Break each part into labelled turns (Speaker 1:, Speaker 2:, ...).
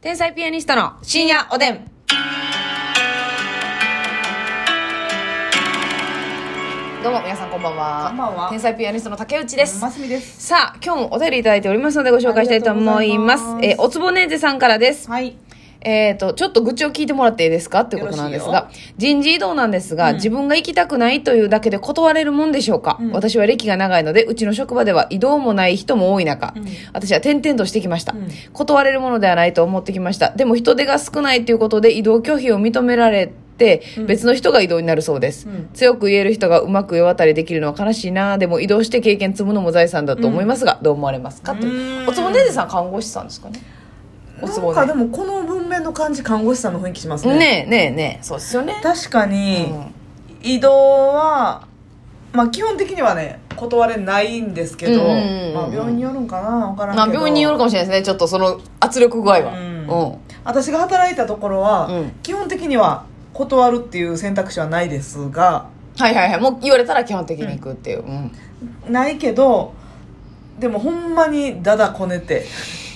Speaker 1: 天才ピアニストの深夜おでん。どうも皆さんこんばんは。
Speaker 2: こんばんは
Speaker 1: 天才ピアニストの竹内です。
Speaker 2: マスミです。
Speaker 1: さあ、今日もお便りいただいておりますのでご紹介したいと思います。
Speaker 2: ありがとうございます
Speaker 1: えーおつぼねーぜさんからです。
Speaker 2: はい。
Speaker 1: えっ、と、ちょっと愚痴を聞いてもらっていいですかっていうことなんです
Speaker 2: よろ
Speaker 1: が、人事異動なんですが、自分が行きたくないというだけで断れるもんでしょうか、私は歴が長いので、うちの職場では移動もない人も多い中、私は転々としてきました、
Speaker 2: うん
Speaker 1: 断れるものではないと思ってきました。でも人手が少ないということで移動拒否を認められて、別の人が移動になるそうです、
Speaker 2: うん
Speaker 1: 強く言える人がうまく世渡りできるのは悲しいなでも移動して経験積むのも財産だと思いますが、どう思われますかという
Speaker 2: うん
Speaker 1: おつぼねーぜさん看護師さんですかねおつ
Speaker 2: な
Speaker 1: ぼ
Speaker 2: ん
Speaker 1: ね
Speaker 2: かでもこの文面の感じ看護師さんの雰囲気しますね。
Speaker 1: ねえねえねえそうですよね
Speaker 2: 確かに、
Speaker 1: うん
Speaker 2: 移動はまあ基本的にはね断れないんですけ
Speaker 1: うんうん
Speaker 2: ど、
Speaker 1: うんうん
Speaker 2: まあ病院によるんかなわからんけ
Speaker 1: ま
Speaker 2: ど。
Speaker 1: あ病院によるかもしれないですねちょっとその圧力具合は
Speaker 2: うん私が働いたところは、
Speaker 1: うん
Speaker 2: 基本的には断るっていう選択肢はないですが、
Speaker 1: はいはいはいもう言われたら基本的に行くっていう、うん
Speaker 2: ないけどでもほんまにだだこねて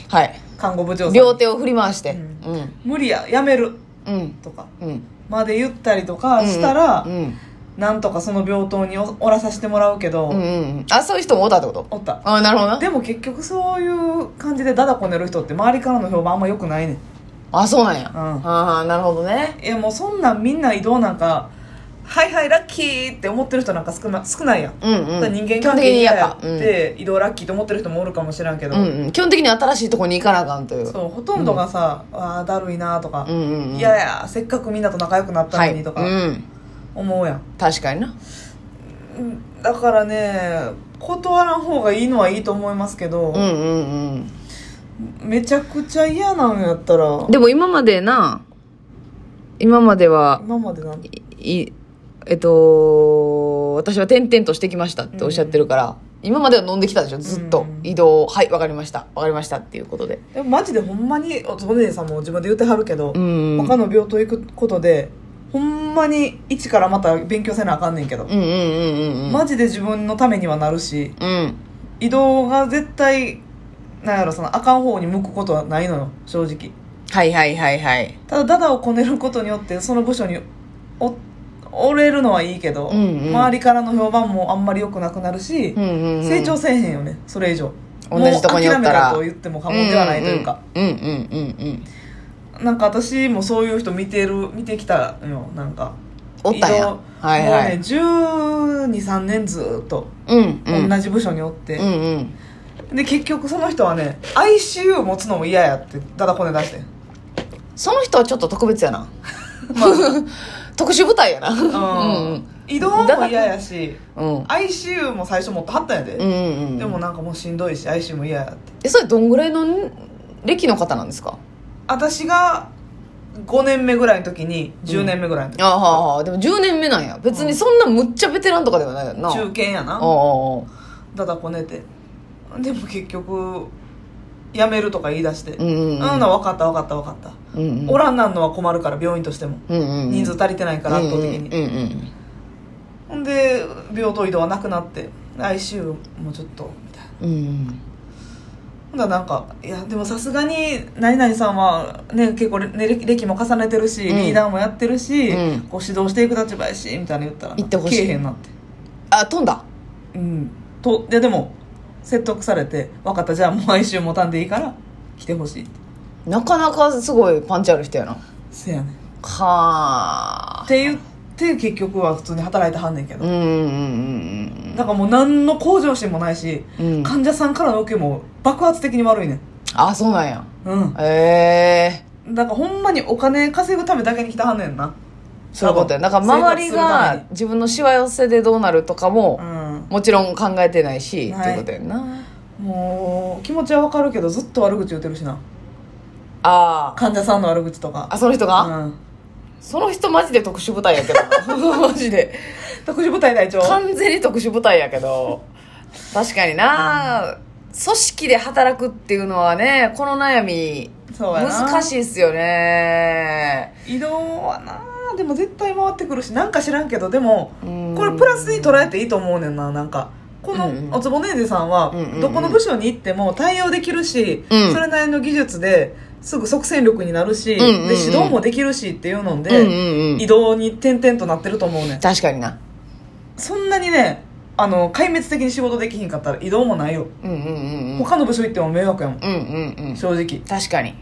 Speaker 1: はい
Speaker 2: 看護部長さんに
Speaker 1: 両手を振り回してう
Speaker 2: うん無理ややめる
Speaker 1: うん
Speaker 2: とか
Speaker 1: うん
Speaker 2: まで言ったりとかしたら、
Speaker 1: うん
Speaker 2: なんとかその病棟におおらさせてもらうけど、
Speaker 1: うんうんうんあそういう人もおったってこと
Speaker 2: おった
Speaker 1: あなるほどな
Speaker 2: でも結局そういう感じでダダこねる人って周りからの評判あんま良くないねん
Speaker 1: あそうなんや、
Speaker 2: ん
Speaker 1: ああなるほどね
Speaker 2: えもうそんなんみんな移動なんかはいはいラッキーって思ってる人なんか少な少ないやん、
Speaker 1: うん
Speaker 2: だ
Speaker 1: う
Speaker 2: から
Speaker 1: ん
Speaker 2: 人
Speaker 1: 基本
Speaker 2: 間関
Speaker 1: 的に
Speaker 2: 係
Speaker 1: や
Speaker 2: 嫌
Speaker 1: っ
Speaker 2: や
Speaker 1: ぱ
Speaker 2: っ
Speaker 1: うん
Speaker 2: て移動ラッキーと思ってる人もおるかもしらんけど、
Speaker 1: うんうん基本的に新しいとこに行かなあかんという
Speaker 2: そうほとんどがさ、ああだるいなとか、
Speaker 1: うんうんうん
Speaker 2: いやいやせっかくみんなと仲良くなった
Speaker 1: は
Speaker 2: の
Speaker 1: い
Speaker 2: にと
Speaker 1: う
Speaker 2: か
Speaker 1: ん
Speaker 2: 思うやん、
Speaker 1: 確かにな
Speaker 2: うんだからね断らん方がいいのはいいと思いますけど、
Speaker 1: うんうんうん
Speaker 2: めちゃくちゃ嫌なんやったら
Speaker 1: でも今までな、今までは、
Speaker 2: 今までなんて
Speaker 1: い、いえっと、私は転々としてきましたっておっしゃってるから、今までは飲んできたでしょ、ずっと。
Speaker 2: うん
Speaker 1: 移動、はい、わかりました、わかりましたっていうことで。
Speaker 2: でもマジでほんまにおつぼねさんも自分で言ってはるけど、
Speaker 1: うん。
Speaker 2: 他の病棟行くことでほんまに一からまた勉強せなあかんねんけど、
Speaker 1: うんうんうんうんうん。
Speaker 2: マジで自分のためにはなるし
Speaker 1: うん。
Speaker 2: 移動が絶対なんやろそのあかん方に向くことはないのよ正直
Speaker 1: はいはいはいはい。
Speaker 2: ただダダをこねることによってその部署におおれるのはいいけど、
Speaker 1: うんうん
Speaker 2: 周りからの評判もあんまり良くなくなるし、
Speaker 1: うんうん、うん。
Speaker 2: 成長せえへんよねそれ以上
Speaker 1: 同じとこにおったら
Speaker 2: もう諦めたと言っても過言ではないというか、
Speaker 1: うんうんうんうんうん。
Speaker 2: なんか私もそういう人見てる見てきたのよなんか
Speaker 1: おったん
Speaker 2: 移
Speaker 1: や
Speaker 2: 動。
Speaker 1: はいは
Speaker 2: もうね
Speaker 1: い。
Speaker 2: 123年ずっと
Speaker 1: うんうん。
Speaker 2: 同じ部署におって
Speaker 1: う、んうん。
Speaker 2: で結局その人はね ICU 持つのも嫌やってダダこね出してん、
Speaker 1: その人はちょっと特別や な。 特殊部隊やな。 うんうん。
Speaker 2: 移動も嫌やし
Speaker 1: うん。
Speaker 2: ICU も最初持ってはったんやで、
Speaker 1: うんうんうん、
Speaker 2: でもなんかもうしんどいし ICU も嫌やって
Speaker 1: えそれどんぐらいのん歴の方なんですか
Speaker 2: 私が5年目ぐらいの時に10年目ぐらいの時、
Speaker 1: ああはあはあでも10年目なんや別にそんなむっちゃベテランとかではないよな
Speaker 2: 中堅やな
Speaker 1: ああ
Speaker 2: だだこねてでも結局辞めるとか言い出して「
Speaker 1: うんうんうん
Speaker 2: あんな分かった分かった分かった」
Speaker 1: うんうん
Speaker 2: おらんなんのは困るから病院としても
Speaker 1: うんうんうん
Speaker 2: 人数足りてないから圧倒的
Speaker 1: うん
Speaker 2: に
Speaker 1: うんうん
Speaker 2: ほんで病棟移動はなくなって ICU もちょっとみたいな
Speaker 1: うんうん
Speaker 2: ほんだらなんかいやでもさすがに何々さんはね結構れ歴歴も重ねてるし
Speaker 1: うん
Speaker 2: リーダーもやってるし
Speaker 1: うん
Speaker 2: こう指導していく立場やしみたいな言ったら
Speaker 1: 行ってほしい
Speaker 2: けえへんなって
Speaker 1: あ飛んだ
Speaker 2: うんとででも説得されて分かったじゃあもう ICU 持たんでいいから来てほしいって
Speaker 1: なかなかすごいパンチある人やな
Speaker 2: せやねん
Speaker 1: はあ
Speaker 2: って言って結局は普通に働いてはんねんけ
Speaker 1: う
Speaker 2: ど、
Speaker 1: んうんうん
Speaker 2: なんかもう何の向上心もないし、
Speaker 1: うんうん
Speaker 2: 患者さんからの受けも爆発的に悪いねん
Speaker 1: あそうなんや
Speaker 2: うん
Speaker 1: ええ
Speaker 2: だからほんまにお金稼ぐためだけに来てはんねんな
Speaker 1: そういうことや
Speaker 2: 多
Speaker 1: だ
Speaker 2: 分
Speaker 1: から周り
Speaker 2: 生活する
Speaker 1: が自分のしわ寄せでどうなるとかも
Speaker 2: うん
Speaker 1: もちろん考えてないし、
Speaker 2: はい
Speaker 1: っていうことやんな
Speaker 2: もう気持ちはわかるけどずっと悪口言ってるしな
Speaker 1: あー
Speaker 2: 患者さんの悪口とか
Speaker 1: あその人が、
Speaker 2: うん
Speaker 1: その人マジで特殊部隊やけど なマジで
Speaker 2: 特殊部隊隊長
Speaker 1: 完全に特殊部隊やけど確かにな、組織で働くっていうのはねこの悩み
Speaker 2: そうやな
Speaker 1: 難しいっすよね
Speaker 2: い移動はなでも絶対回ってくるしなんか知らんけどでも
Speaker 1: うん
Speaker 2: これプラスに捉えていいと思うねんななんかこの
Speaker 1: うんうん
Speaker 2: おつぼねえでさんは
Speaker 1: うんうんうん
Speaker 2: どこの部署に行っても対応できるし、
Speaker 1: うん
Speaker 2: それなりの技術ですぐ即戦力になるし、
Speaker 1: んうんうん
Speaker 2: で指導もできるしっていうので、
Speaker 1: うんうんうん
Speaker 2: 移動に点々となってると思うねん
Speaker 1: 確かにな
Speaker 2: そんなにねあの壊滅的に仕事できひんかったら移動もないよ、
Speaker 1: うんうんうんうん
Speaker 2: 他の部署行っても迷惑やもん、
Speaker 1: うんうんうん
Speaker 2: 正直
Speaker 1: 確かに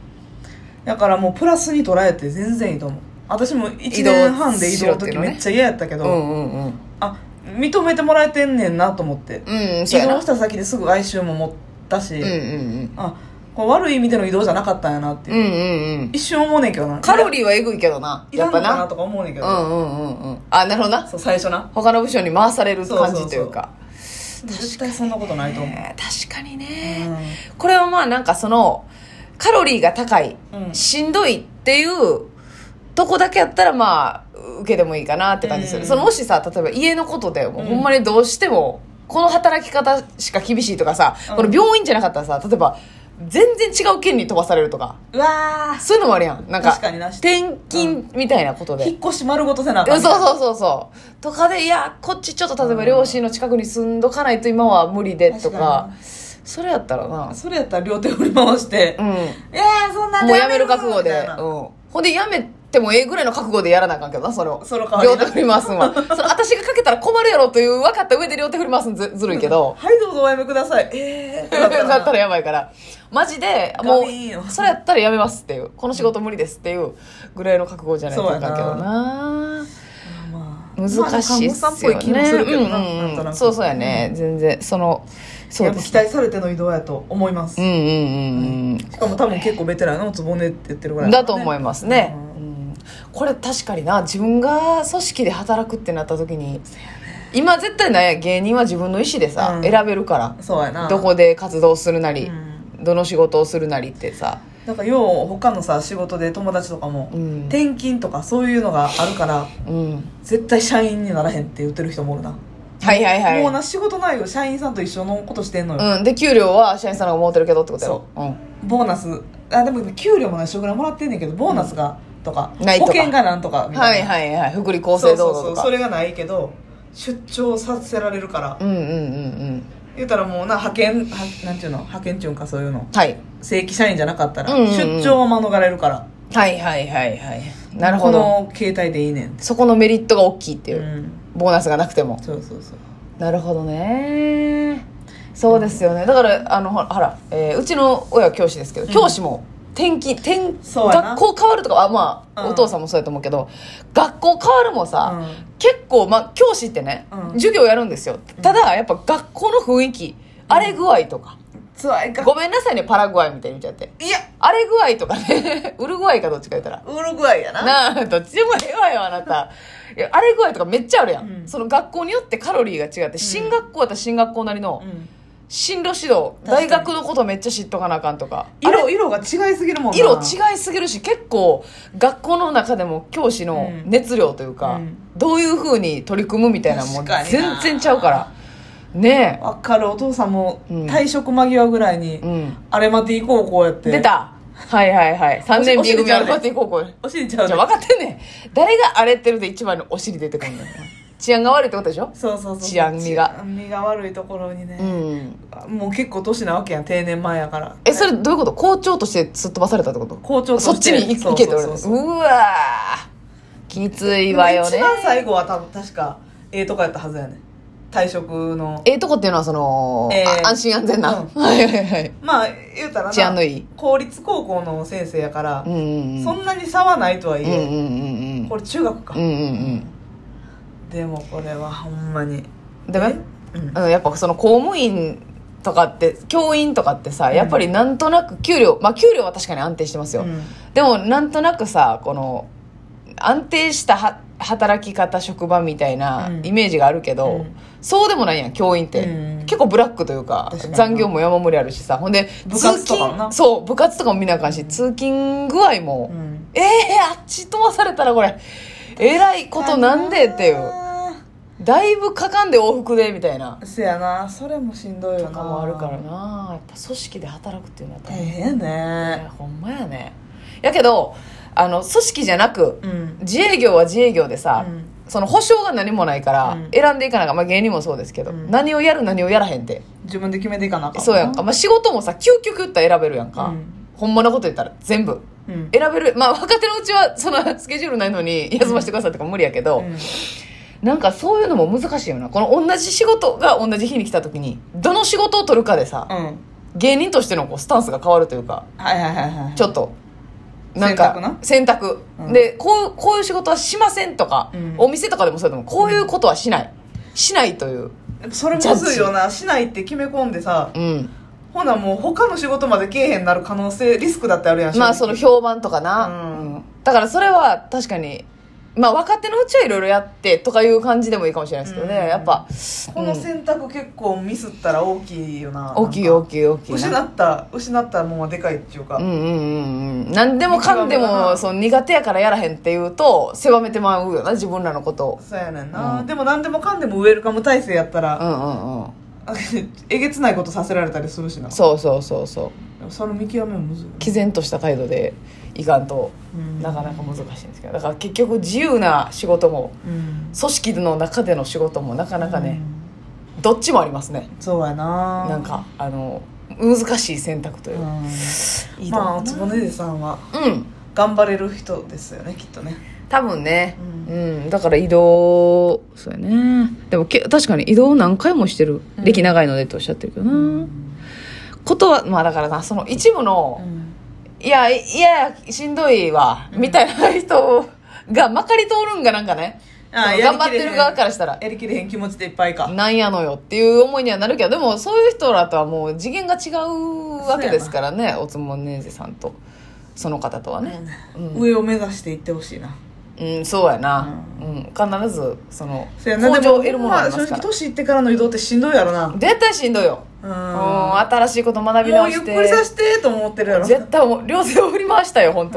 Speaker 2: だからもうプラスに捉えて全然いいと思う私も1
Speaker 1: 移動
Speaker 2: 年半で移
Speaker 1: し
Speaker 2: 動の
Speaker 1: ろってい
Speaker 2: 時
Speaker 1: うのね
Speaker 2: めっちゃ嫌やったけ
Speaker 1: う
Speaker 2: ど、
Speaker 1: んうんうん
Speaker 2: あ認めてもらえてんねんなと思って、
Speaker 1: うんそう
Speaker 2: 移
Speaker 1: やな
Speaker 2: 動した先ですぐ哀愁も持ったし、
Speaker 1: うんうん
Speaker 2: あこれ悪い意味での移動じゃなかったんやなって
Speaker 1: う
Speaker 2: い
Speaker 1: ん
Speaker 2: う、
Speaker 1: うんうんうん
Speaker 2: 一瞬思うねんけどな
Speaker 1: カロリーはえぐいけどない
Speaker 2: ら
Speaker 1: やっ
Speaker 2: んの
Speaker 1: ぱ
Speaker 2: かな
Speaker 1: な
Speaker 2: とか思うねんけ
Speaker 1: う
Speaker 2: ど、
Speaker 1: んうんうんうんあなるほどな
Speaker 2: そう最初な
Speaker 1: 他の部署に回される感じというか
Speaker 2: 絶対そんなことないと思う、
Speaker 1: ね確かにね、これはまあなんかそのカロリーが高い、
Speaker 2: うん
Speaker 1: しんどいっていうとこだけやったらまあ受けてもいいかなって感じする、
Speaker 2: うん
Speaker 1: そのもしさ例えば家のことでもう
Speaker 2: うん
Speaker 1: ほんまにどうしてもこの働き方しか厳しいとかさ、
Speaker 2: うん
Speaker 1: この病院じゃなかったらさ例えば全然違う県に飛ばされるとか
Speaker 2: うんうわ
Speaker 1: そういうのもあるやんなんか
Speaker 2: 確かにな
Speaker 1: 転勤みたいなことで、
Speaker 2: ー引っ越し丸ごとせなあ
Speaker 1: うん
Speaker 2: かん
Speaker 1: そうそうそうそうとかでいやこっちちょっと例えば両親の近くに住んどかないと今は無理でと
Speaker 2: 確か
Speaker 1: かそれやったらな
Speaker 2: それやったら両手振り回して、
Speaker 1: うん
Speaker 2: えー、そんなん
Speaker 1: も
Speaker 2: で
Speaker 1: うやめる覚悟で、
Speaker 2: み
Speaker 1: う
Speaker 2: たい
Speaker 1: ん
Speaker 2: な、
Speaker 1: ほんでやめてもええぐらいの覚悟でやらなあかんけどなそれを
Speaker 2: その代わり
Speaker 1: 両
Speaker 2: な
Speaker 1: 手振り回すんはそれ私がかけたら困るやろという分かった上で両手振り回すんずずるいけど
Speaker 2: はいどうぞおやめくださいえーってな
Speaker 1: だ
Speaker 2: ったら
Speaker 1: ったらやばいからマジでも
Speaker 2: ガビーンよ
Speaker 1: うそれやったらやめますっていうこの仕事無理ですっていうぐらいの覚悟じゃないとあかんけど
Speaker 2: そうや
Speaker 1: な
Speaker 2: まあ
Speaker 1: 難しいっ
Speaker 2: まあ看護師さんっ
Speaker 1: す
Speaker 2: ぽ
Speaker 1: よ
Speaker 2: い気も
Speaker 1: ね
Speaker 2: するけどな,、
Speaker 1: うん
Speaker 2: なんと
Speaker 1: うんう
Speaker 2: なんく
Speaker 1: そうそうやね全然そのそう
Speaker 2: やっ
Speaker 1: で
Speaker 2: ぱ期
Speaker 1: す
Speaker 2: 待されての移動やと思います、
Speaker 1: うんうんうんうん
Speaker 2: しかも多分結構ベテランのつぼねって言ってるぐらい
Speaker 1: だと思いますね、
Speaker 2: うん
Speaker 1: うんこれ確かにな自分が組織で働くってなった時に今絶対なんや芸人は自分の意思でさ、
Speaker 2: うん
Speaker 1: 選べるか
Speaker 2: そうやな
Speaker 1: らどこで活動するな
Speaker 2: う
Speaker 1: り、
Speaker 2: ん
Speaker 1: どの仕事をするなりってさ、
Speaker 2: なんかよう他のさ仕事で友達とかも、
Speaker 1: うん
Speaker 2: 転勤とかそういうのがあるから
Speaker 1: うん、
Speaker 2: 絶対社員にならへんって言ってる人もおるな、
Speaker 1: はいはいはい
Speaker 2: もうな仕事内容社員さんと一緒のことしてんのよ、
Speaker 1: うん、で給料は社員さんの方が持ってるけどってことやろう、
Speaker 2: ボーナスあでも給料もないしょぐらいもらってんねんけどボーナスが、とか
Speaker 1: ないとか
Speaker 2: 保険がなんとか
Speaker 1: ん、
Speaker 2: み
Speaker 1: は
Speaker 2: たい
Speaker 1: い
Speaker 2: な、
Speaker 1: はいはい福利厚
Speaker 2: そ
Speaker 1: 生
Speaker 2: うそ
Speaker 1: 労
Speaker 2: う
Speaker 1: 働
Speaker 2: そう
Speaker 1: と
Speaker 2: そ
Speaker 1: か
Speaker 2: れがないけど出張させられるから、
Speaker 1: うんうんうんうん
Speaker 2: 言ったらもうな派遣はなんていうの派遣っていうんかそういうの
Speaker 1: はい
Speaker 2: 正規社員じゃなかったら、
Speaker 1: うんうんうん
Speaker 2: 出張は免れるから
Speaker 1: はいはいはいはいなるほど
Speaker 2: この携帯でいいねんって
Speaker 1: そこのメリットが大きいっていうう、
Speaker 2: ん
Speaker 1: ボーナスがなくても
Speaker 2: そうそうそう
Speaker 1: なるほどねそうですよねだからあのほらほら、えーうちの親は教師ですけど、
Speaker 2: うん
Speaker 1: 教師も転勤転
Speaker 2: そうやな
Speaker 1: 学校変わるとかあまあ、
Speaker 2: うん
Speaker 1: お父さんもそうやと思うけど学校変わるもさ、
Speaker 2: う
Speaker 1: 結構、まあ、教師ってね、
Speaker 2: うん
Speaker 1: 授業やるんですよただやっぱ学校の雰囲気荒れ具合とか、
Speaker 2: んつわいか
Speaker 1: ごめんなさいねパラグアイみたいに言っちゃって
Speaker 2: いや
Speaker 1: 荒れ具合とかね ウルグアイかどっちか言ったら
Speaker 2: ウルグアイやな
Speaker 1: なあ、どっちでもええわよ、あな た。いや、あれ具合とかめっちゃあるやん。
Speaker 2: うん
Speaker 1: その学校によってカロリーが違って、進学校だったら進学校なりの
Speaker 2: う、ん
Speaker 1: 進路指導、
Speaker 2: 確か
Speaker 1: 大
Speaker 2: に
Speaker 1: 学のことめっちゃ知っとかなあかんとか。あれ
Speaker 2: 色色が違いすぎるもんな
Speaker 1: 色違いすぎるし、結構、学校の中でも教師の
Speaker 2: うん
Speaker 1: 熱量というか、
Speaker 2: うん
Speaker 1: どういう風に取り組むみたいなのも
Speaker 2: 確かにな
Speaker 1: 全然ちゃうから。ね
Speaker 2: わかるお父さんも
Speaker 1: うん
Speaker 2: 退職間際ぐらいに、
Speaker 1: え。うん。
Speaker 2: アレマティ高校やって
Speaker 1: 出た。はいはいはい。3年
Speaker 2: お尻
Speaker 1: B 組
Speaker 2: ちゃ
Speaker 1: ア
Speaker 2: う
Speaker 1: ル
Speaker 2: ね
Speaker 1: バティ高校。
Speaker 2: お尻ちゃう
Speaker 1: じゃ
Speaker 2: ね
Speaker 1: あ分かってんねん。誰が荒れてるで一番のお尻出てくるのよ。治安が悪いってことでしょ
Speaker 2: そうそうそう
Speaker 1: 治安味が
Speaker 2: 治安味が悪いところに
Speaker 1: う
Speaker 2: ね、
Speaker 1: ん。
Speaker 2: もう結結構年なわけやん定年前やから
Speaker 1: え、それどういうこと校長としてすっ飛ばされたってこと
Speaker 2: 校長として
Speaker 1: そっちに行
Speaker 2: そう
Speaker 1: 行けって言われ
Speaker 2: そ
Speaker 1: た
Speaker 2: う
Speaker 1: う
Speaker 2: そうそう
Speaker 1: わーきついわよ
Speaker 2: で
Speaker 1: ね
Speaker 2: も一。番最後は多分確かええとこやったはずやね退職の
Speaker 1: ええとこっていうのはその、
Speaker 2: えー
Speaker 1: あ安心安全な。
Speaker 2: うん
Speaker 1: はいはいはい。
Speaker 2: まあ言うたらな
Speaker 1: 治安のいい
Speaker 2: 公立高校の先生やから、
Speaker 1: うんうんうん。
Speaker 2: そんなに差はないとはい
Speaker 1: うんうん
Speaker 2: え、
Speaker 1: うんうん。
Speaker 2: これ中学か、
Speaker 1: うんうん
Speaker 2: でもこれはほんまに
Speaker 1: うん。でもね、
Speaker 2: うん
Speaker 1: うん、やっぱその公務員とかって、教員とかってさ、やっぱりなんとなく給料、まあ給料は確かに安定してますよ。
Speaker 2: うん
Speaker 1: でもなんとなくさこの安定したは働き方職場みたいな
Speaker 2: うん
Speaker 1: イメージがあるけど、
Speaker 2: うん
Speaker 1: そうでもないやん教員って、
Speaker 2: うん
Speaker 1: 結構ブラックというか
Speaker 2: 確かにな
Speaker 1: 残業も山盛りあるしさほんで
Speaker 2: 部活とかもな
Speaker 1: 通勤そう部活とかも見なあかんし、通勤具合も、
Speaker 2: うん
Speaker 1: ええあっち飛ばされたらこれえらいことなんでっていう
Speaker 2: あ
Speaker 1: だいぶかかんで往復でみたいな
Speaker 2: ーせやなそれもしんどい
Speaker 1: と
Speaker 2: よな
Speaker 1: かもあるからなやっぱ組織で働くっていうのは
Speaker 2: 大
Speaker 1: 大変
Speaker 2: 変
Speaker 1: だね
Speaker 2: ね
Speaker 1: ほんまやねやけどあの組織じゃなく
Speaker 2: うん
Speaker 1: 自営業は自営業でさ、
Speaker 2: うん
Speaker 1: その保証が何もないから、
Speaker 2: うん
Speaker 1: 選んでいかなあかん、まあ、芸人もそうですけど、
Speaker 2: うん
Speaker 1: 何をやる何をやらへんって、
Speaker 2: 自分で決めていかなあかん
Speaker 1: そうやんか、まあ、仕事もさ究極言ったら選べるやんか、
Speaker 2: うん
Speaker 1: ほんまのこと言ったら全部
Speaker 2: うん
Speaker 1: 選べるまあ若手のうちはその スケジュールないのに休ませてくださいとか無理やけど、
Speaker 2: うん
Speaker 1: なんかそういうのも難しいよなこの同じ仕事が同じ日に来た時にどの仕事を取るかでさ、
Speaker 2: うん
Speaker 1: 芸人としてのこうスタンスが変わるというか
Speaker 2: はいはいはいはい
Speaker 1: ちょっとなんか選択
Speaker 2: うん
Speaker 1: でこうこういう仕事はしませんとか、
Speaker 2: うん
Speaker 1: お店とかでもそうでもこういうことはしない、しないという
Speaker 2: やっぱそれむずいよなしないって決め込んでさ
Speaker 1: うん
Speaker 2: ほなもう他の仕事までけえへんなる可能性リスクだってあるやん
Speaker 1: まあその評判とかな、
Speaker 2: うん
Speaker 1: うんだからそれは確かにまあ若手のうちはいろいろやってとかいう感じでもいいかもしれないですけどね、
Speaker 2: うん
Speaker 1: やっぱ
Speaker 2: この選択結構ミスったら大きいよな
Speaker 1: 大きい
Speaker 2: なん
Speaker 1: 大
Speaker 2: か
Speaker 1: きい大きいな
Speaker 2: 失った失ったもんはでかいっていうか、
Speaker 1: うんうんうんうん何でもかんで
Speaker 2: 一番だ
Speaker 1: も
Speaker 2: な
Speaker 1: その苦手やからやらへんって言うと狭めてまうよな自分らのことを
Speaker 2: そうやねんな、
Speaker 1: うん
Speaker 2: でも何でもかんでもウェルカム体制やった
Speaker 1: う
Speaker 2: ら、
Speaker 1: んうんうん
Speaker 2: えげつないことさせられたりするしな
Speaker 1: そうそうそうそう
Speaker 2: その見極めもむずいよね
Speaker 1: 毅然とした態度でいかんと
Speaker 2: うん
Speaker 1: なかなか難しいんですけどだから結局自由な仕事も
Speaker 2: うん
Speaker 1: 組織の中での仕事もなかなかね、どっちもありますね
Speaker 2: うんそうやな
Speaker 1: なんかあの難しい選択というう、
Speaker 2: ん
Speaker 1: いいと
Speaker 2: ま
Speaker 1: 思う
Speaker 2: あお
Speaker 1: な
Speaker 2: つぼねでさんは
Speaker 1: うん
Speaker 2: 頑張れる人ですよねきっとね
Speaker 1: 多分ねう、
Speaker 2: うん
Speaker 1: だから移動そうやねでもけ確かに移動何回もしてる、
Speaker 2: うん
Speaker 1: 歴長いのでとおっしゃってるけどな、ことはまあだからなその一部の、
Speaker 2: うん
Speaker 1: いやいいやしんどいわ、
Speaker 2: うん
Speaker 1: みたいな人がまかり通るんがなんかねそ
Speaker 2: あ
Speaker 1: の
Speaker 2: や
Speaker 1: 頑張っ
Speaker 2: りきれ
Speaker 1: て
Speaker 2: へん
Speaker 1: る側からしたら
Speaker 2: やりきれへん気持ちでいっぱいか
Speaker 1: なんやのよっていう思いにはなるけどでもそういう人らとはもう次元が違うわけですからねおつもねーぜさんとその方とはね、うん
Speaker 2: 上を目指していってほしいな
Speaker 1: うん、そうやな、うん必ずその
Speaker 2: そうやな
Speaker 1: 向
Speaker 2: でも
Speaker 1: 上を得るものはありま
Speaker 2: まあ
Speaker 1: す
Speaker 2: 正
Speaker 1: か
Speaker 2: 直
Speaker 1: ら
Speaker 2: 年いってからの移動ってしんどいやろなうん
Speaker 1: 絶対しんどいよ、うん、新しいこと学び
Speaker 2: もう
Speaker 1: 直
Speaker 2: ゆっ
Speaker 1: して
Speaker 2: くりさせてと思ってるやろ
Speaker 1: 絶対もう両手を振り回したよ本当